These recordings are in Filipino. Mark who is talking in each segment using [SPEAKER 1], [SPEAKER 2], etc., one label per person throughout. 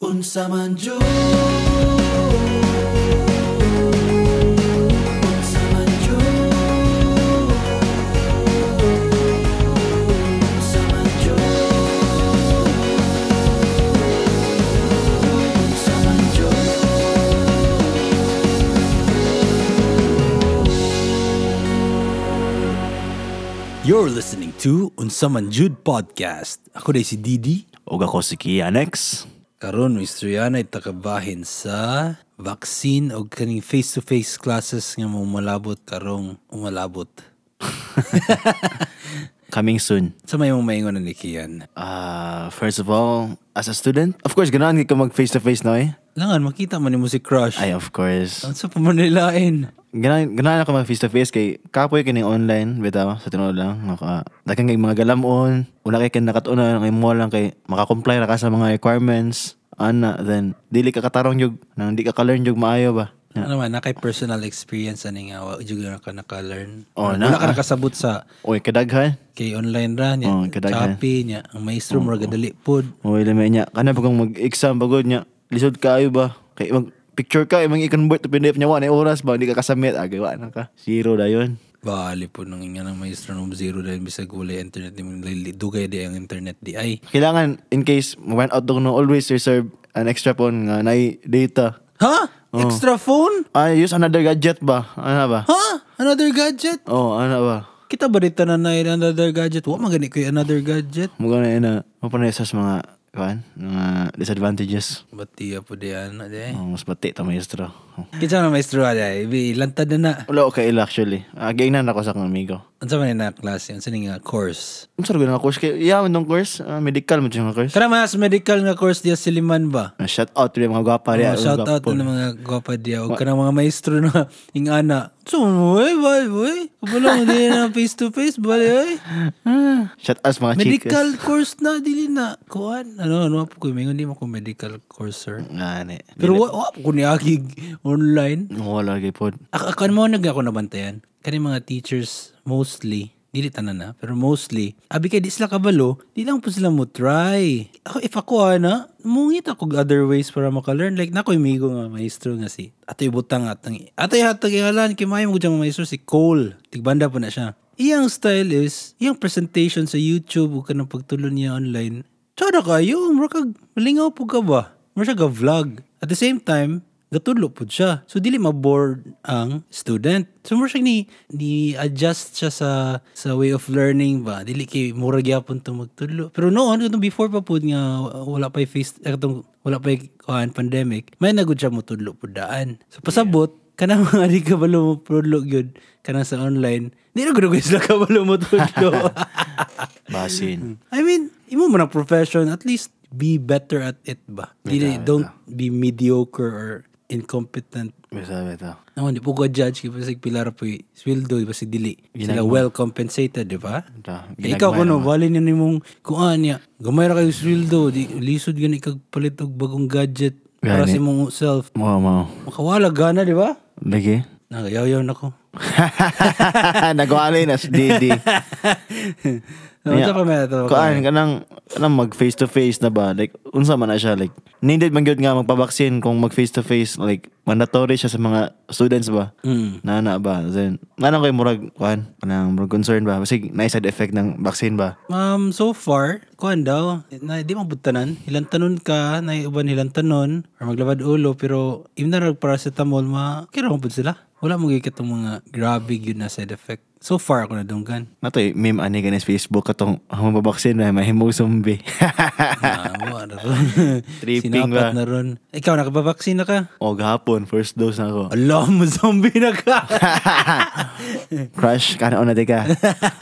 [SPEAKER 1] unsa man jud unsa man jud unsa man jud unsa man jud
[SPEAKER 2] You're listening to Unsa Man Jud Podcast. Ako rin si Didi.
[SPEAKER 3] O ako si Kianex.
[SPEAKER 2] Karon may istorya na itakabahin sa vaccine o kaning face-to-face classes nga malabot karong umalabot.
[SPEAKER 3] Coming soon.
[SPEAKER 2] Sa may mong maingon na ni Kian.
[SPEAKER 3] Uh, first of all, as a student, of course, ganahan ka mag face-to-face na eh.
[SPEAKER 2] Langan, makita man mo si Crush.
[SPEAKER 3] Ay, of course.
[SPEAKER 2] Ano sa pamanilain?
[SPEAKER 3] Ganahan, ganahan ako mag face-to-face kay kapoy ka ning online, bitaw, sa tinuod lang. Naka, dakan kay mga galamon, una kay kan nakatunan, kay mo lang kay makakomply ra ka sa mga requirements. Ana, then, dili ka katarong yung, nang di ka ka-learn yung maayo ba. Na,
[SPEAKER 2] Ano man, nakay personal experience ani nga wa jud na ka naka-learn.
[SPEAKER 3] Oo na,
[SPEAKER 2] Wala ka
[SPEAKER 3] ah. Oh,
[SPEAKER 2] nakasabot sa
[SPEAKER 3] Oy, kadaghan.
[SPEAKER 2] kay online ra niya.
[SPEAKER 3] Oo, kadaghan.
[SPEAKER 2] Shopee niya, ang maestro oh, gadali pod.
[SPEAKER 3] Oy, lamay niya. Kana pagong mag-exam bagod niya. Lisod kayo ba? Kay mag picture ka, imong i-convert to PDF niya wala oras ba, hindi ka kasamit. Agay wa na ka. Zero da yon.
[SPEAKER 2] Bali po nang nga ng maestro ng zero dahil bisag wala yung internet di mo nalili- dugay di ang internet di ay.
[SPEAKER 3] Kailangan in case mag out dog no always reserve an extra phone nga nay data.
[SPEAKER 2] Ha?
[SPEAKER 3] Oh.
[SPEAKER 2] Extra phone?
[SPEAKER 3] Ah, use another gadget ba? Ano ba?
[SPEAKER 2] Ha? Another gadget?
[SPEAKER 3] Oh, ano ba?
[SPEAKER 2] Kita ba dito na na another gadget? Wa magani ko yung another gadget.
[SPEAKER 3] Mga na ina, mapanay sa mga kan, mga disadvantages.
[SPEAKER 2] Batiya po di ano di.
[SPEAKER 3] Oh, mas bati ta maestro. Oh.
[SPEAKER 2] eh? Kita na maestro eh? ay bi lantad na na.
[SPEAKER 3] Wala okay ila actually. Againan ako sa akong amigo.
[SPEAKER 2] Unsa man na klase? Unsa ni nga course?
[SPEAKER 3] Ang sarap na course kay yeah, nung course, ah, medical mo yung course.
[SPEAKER 2] Kana mas medical nga course diya Siliman ba?
[SPEAKER 3] Uh, shout out rin mga gwapa rin.
[SPEAKER 2] Oh, shout out na mga gwapa diya o kanang mga Oh, maestro na ingana. So, oy, boy, boy. Kabalo mo din na face to face, bali, oy.
[SPEAKER 3] Ah. Shout out sa mga chicas.
[SPEAKER 2] Medical course na, dili na. Kuan, ano, ano po ko, mingon di mo ko medical course, sir.
[SPEAKER 3] Ngani.
[SPEAKER 2] Pero wa, wa po ko niagig online.
[SPEAKER 3] Wala kay pod.
[SPEAKER 2] Ako, ako mo nag ako nabantayan. Kani mga teachers, mostly, dili tanan na, pero mostly, abi kay di sila kabalo, di lang po sila mo try. Ako, if ako ha, na, mungit ako og other ways para maka-learn. Like, nakoy migo nga maestro nga si, atoy butang atang, atoy hatag ingalan, kimay mo dyan maestro si Cole. Tigbanda po na siya. Iyang style is, iyang presentation sa YouTube, o kanang pagtulon niya online, Tsada ka, yung rakag, malingaw po ka ba? Mura siya ga-vlog. At the same time, gatudlo po siya. So, dili ma-bored ang student. So, mura siya ni, ni adjust siya sa sa way of learning ba. Dili kay mura gyapon to magtudlo. Pero noon, katong before pa po nga wala pa yung face, eh, katong wala pa yung kuhaan, pandemic, may nagod siya mo tudlo po daan. So, pasabot, kanang mga di ka balo mo tudlo yun, kanang sa online, di na gusto sila ka balo mo tudlo.
[SPEAKER 3] Basin.
[SPEAKER 2] I mean, imo mo na profession, at least be better at it ba? Dili, don't be mediocre or incompetent.
[SPEAKER 3] Bisa beta.
[SPEAKER 2] Ako, hindi po ko judge kaya sa pilar po yung sweldo, di ba si Dili? Sila well compensated, di ba?
[SPEAKER 3] Ito,
[SPEAKER 2] Eh, Ikaw, kuno, bali niya ni mong kuhaan niya. Gamay ra kayo sweldo, di, lisod gani kag palit og bagong gadget para
[SPEAKER 3] Gani.
[SPEAKER 2] sa imong self.
[SPEAKER 3] Mo mo.
[SPEAKER 2] Makawala gana, di ba?
[SPEAKER 3] Lagi.
[SPEAKER 2] Nagayaw-yaw na ko.
[SPEAKER 3] Nagwalay na si Didi.
[SPEAKER 2] Ano pa may ito?
[SPEAKER 3] Kuan kanang kanang mag face to face na ba? Like unsa man na siya like needed man gyud nga magpabaksin kung mag face to face like mandatory siya sa mga students ba?
[SPEAKER 2] Mm.
[SPEAKER 3] Na na ba? Then ano kay murag kuan? Kanang murag concern ba? Kasi na side effect ng vaccine ba?
[SPEAKER 2] Um, so far, kuhan daw, na, di mabutanan. Ilang tanon ka, na iuban ilang tanon, or maglabad ulo, pero even na paracetamol, ma, kira mo sila. Wala mo gigit ang mga grabe yun na side effect. So far, ako nadunggan.
[SPEAKER 3] Natoy Ano eh, meme ani ganis Facebook katong ang mababaksin na mahimong zombie.
[SPEAKER 2] Ah, wala na to.
[SPEAKER 3] Tripping
[SPEAKER 2] Sinapat
[SPEAKER 3] ba?
[SPEAKER 2] na ron. Ikaw, nakababaksin na ka?
[SPEAKER 3] o gahapon first dose na ako.
[SPEAKER 2] Alam mo, zombie na ka!
[SPEAKER 3] Crush kana una ka.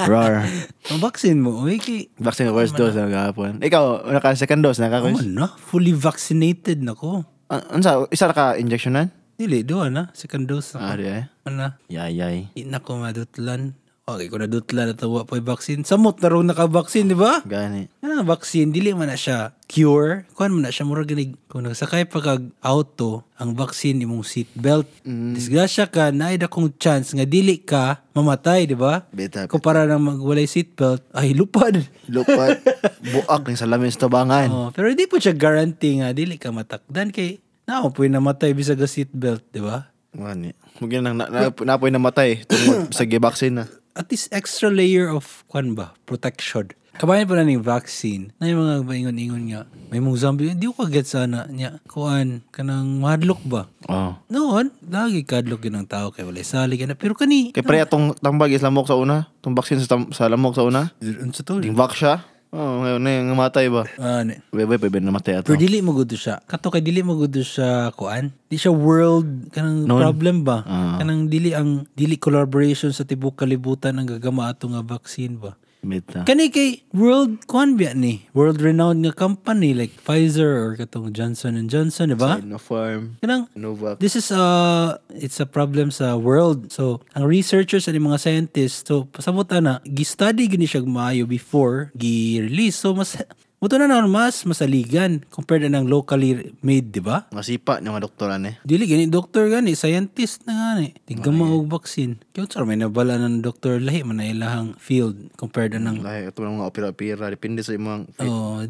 [SPEAKER 3] Roar.
[SPEAKER 2] Mabaksin mo, uy, kay...
[SPEAKER 3] Vaccine ka first dose na gahapon. Ikaw una ka second dose na ka.
[SPEAKER 2] Ano
[SPEAKER 3] Chris?
[SPEAKER 2] na? Fully vaccinated na ko.
[SPEAKER 3] An- Ansa isa ra ka injectionan?
[SPEAKER 2] Dili, doon na. Second dose na ko.
[SPEAKER 3] Ah, di eh.
[SPEAKER 2] Ano na?
[SPEAKER 3] Yayay.
[SPEAKER 2] Inako madutlan. Okay, kung nadutla na tawa po vaccine, samot na raw naka-vaccine, di ba?
[SPEAKER 3] Gani.
[SPEAKER 2] Ano nga vaccine, dili man na siya cure. Kuan man na siya mura ganig. Kung nagsakay pa kag auto, ang vaccine imong seatbelt. Disgrasya ka, naid akong chance nga dili ka mamatay, di ba?
[SPEAKER 3] Beta, beta.
[SPEAKER 2] Kumpara ng magwalay seatbelt, ay lupad.
[SPEAKER 3] Lupat. Buak ng salamin sa tabangan.
[SPEAKER 2] Oh, pero di po siya guarantee nga dili ka matakdan kay nao po namatay bisag ang seatbelt, di ba?
[SPEAKER 3] Gani. Mugyan nang na, na, napoy namatay tungod sa gi-vaccine na.
[SPEAKER 2] at least extra layer of kwan ba protection kabayan pa na ng vaccine na yung mga baingon-ingon nga may mga zombie hindi ko kaget sana niya kuan kanang madlock ba
[SPEAKER 3] Oh.
[SPEAKER 2] noon lagi kadlock yun ang tao kay walay sali ka na pero kani
[SPEAKER 3] Kay pre atong tambag is lamok sa una, tong vaccine sa, tam- sa lamok sa una.
[SPEAKER 2] Doon sa tol
[SPEAKER 3] Ding vax siya. Oh, ngayon na yung namatay ba?
[SPEAKER 2] ano
[SPEAKER 3] Bebe, bebe, namatay ato.
[SPEAKER 2] pero dili mo gudo siya kato kay dili mo gudo siya kuan di siya world kanang
[SPEAKER 3] Noon.
[SPEAKER 2] problem ba
[SPEAKER 3] Ah.
[SPEAKER 2] kanang dili ang dili collaboration sa tibok kalibutan ang gagama ato nga vaccine ba
[SPEAKER 3] Beta.
[SPEAKER 2] Kani kay world kwan biya ni, world renowned nga company like Pfizer or katong Johnson and Johnson, di ba?
[SPEAKER 3] Sinopharm.
[SPEAKER 2] Kanang
[SPEAKER 3] Novak.
[SPEAKER 2] This is uh it's a problem sa world. So, ang researchers and yung mga scientists, so pasabot na, gi-study gini siya maayo before gi-release. So, mas Muto na naman mas masaligan compared na ng locally made, di ba?
[SPEAKER 3] Masipa niya mga doktoran eh.
[SPEAKER 2] Dili gani doktor gani, scientist na gani. Tigga mao og vaccine. Kaya sir, may nabala na ng doktor lahi man na ilahang field compared na ng
[SPEAKER 3] Lahi, ito mga opera-opera. Depende sa imong...
[SPEAKER 2] Oo.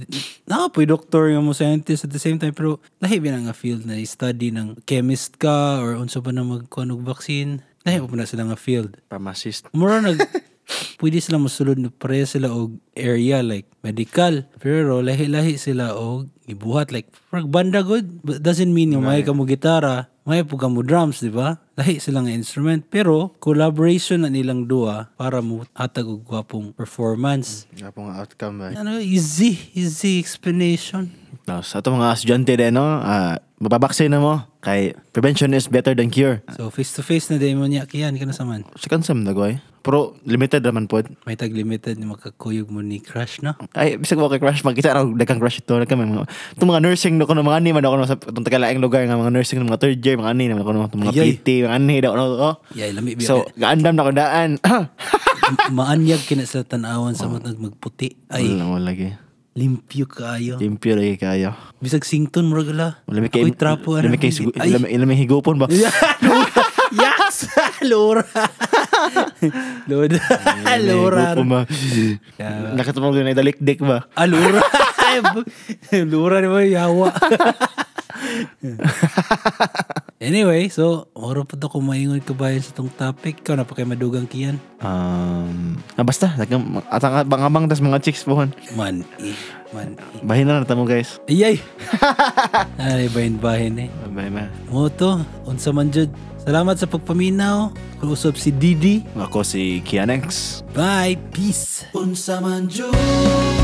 [SPEAKER 2] Nakapoy doctor nga mo scientist at the same time pero lahi ba na nga field na study ng chemist ka or unsa ba na magkunog vaccine. Lahi pa na sila nga field.
[SPEAKER 3] Pharmacist.
[SPEAKER 2] Mura nag pwede sila masulod na pareha sila og area like medical pero lahi-lahi sila og ibuhat like pag banda good but doesn't mean yung may ka mo gitara may po ka mo drums di ba lahi sila nga instrument pero collaboration na nilang dua para mo hatag og gwapong performance
[SPEAKER 3] Nga po nga outcome eh. ba.
[SPEAKER 2] ano, easy, easy explanation.
[SPEAKER 3] Tapos, ato mga estudyante din, no? Ah, mababaksin na mo. Kay, prevention is better than cure.
[SPEAKER 2] So, face-to-face na demo niya, kiyan ka na sa man.
[SPEAKER 3] Second sem na goy. Pero, limited naman po.
[SPEAKER 2] May tag-limited na makakuyog mo ni crush na.
[SPEAKER 3] Ay, bisag mo kay crush. Magkita na, dagang crush kan ito. Nagka may mga... Itong mga nursing, no, kuno mga ani, man ako no, sa itong tagalaing lugar nga mga nursing, mga third year, mga ani, naman ako no, itong mga
[SPEAKER 2] Ayay.
[SPEAKER 3] PT, mga ani, daw, no, oh.
[SPEAKER 2] Yeah, lami biya.
[SPEAKER 3] So, gaandam na ko daan.
[SPEAKER 2] Ma- maanyag kina sa tanawan sa matag magputi. Ay,
[SPEAKER 3] Wala mo lagi.
[SPEAKER 2] limpyo kaayo.
[SPEAKER 3] Limpyo lagi kayo.
[SPEAKER 2] Bisag sington mo gala.
[SPEAKER 3] Lami kay...
[SPEAKER 2] Ako'y trapo. ano,
[SPEAKER 3] Lami kay...
[SPEAKER 2] hindi-
[SPEAKER 3] sigu-
[SPEAKER 2] Ay,
[SPEAKER 3] Lami lami higupon ba?
[SPEAKER 2] yes! Lura! Lura! Lura!
[SPEAKER 3] Higupon ba? Ya. Nakatapang ko na idalikdik ba?
[SPEAKER 2] Ah, lura! Ay, bu- lura naman yung yawa. anyway, so, oras pa to kung maingon ka bayan sa tong topic. Ikaw, napakay madugang kiyan.
[SPEAKER 3] Um, ah, basta, tagang, at ang abang-abang tas mga chicks po hon.
[SPEAKER 2] Man, eh, man, eh.
[SPEAKER 3] Bahin na natin mo guys.
[SPEAKER 2] Ayay! Ay, bahin-bahin eh.
[SPEAKER 3] Bye ma.
[SPEAKER 2] Moto, unsa man jud. Salamat sa pagpaminaw. Kausap si Didi.
[SPEAKER 3] Ako si Kianex.
[SPEAKER 2] Bye! Peace!
[SPEAKER 1] Unsa man jud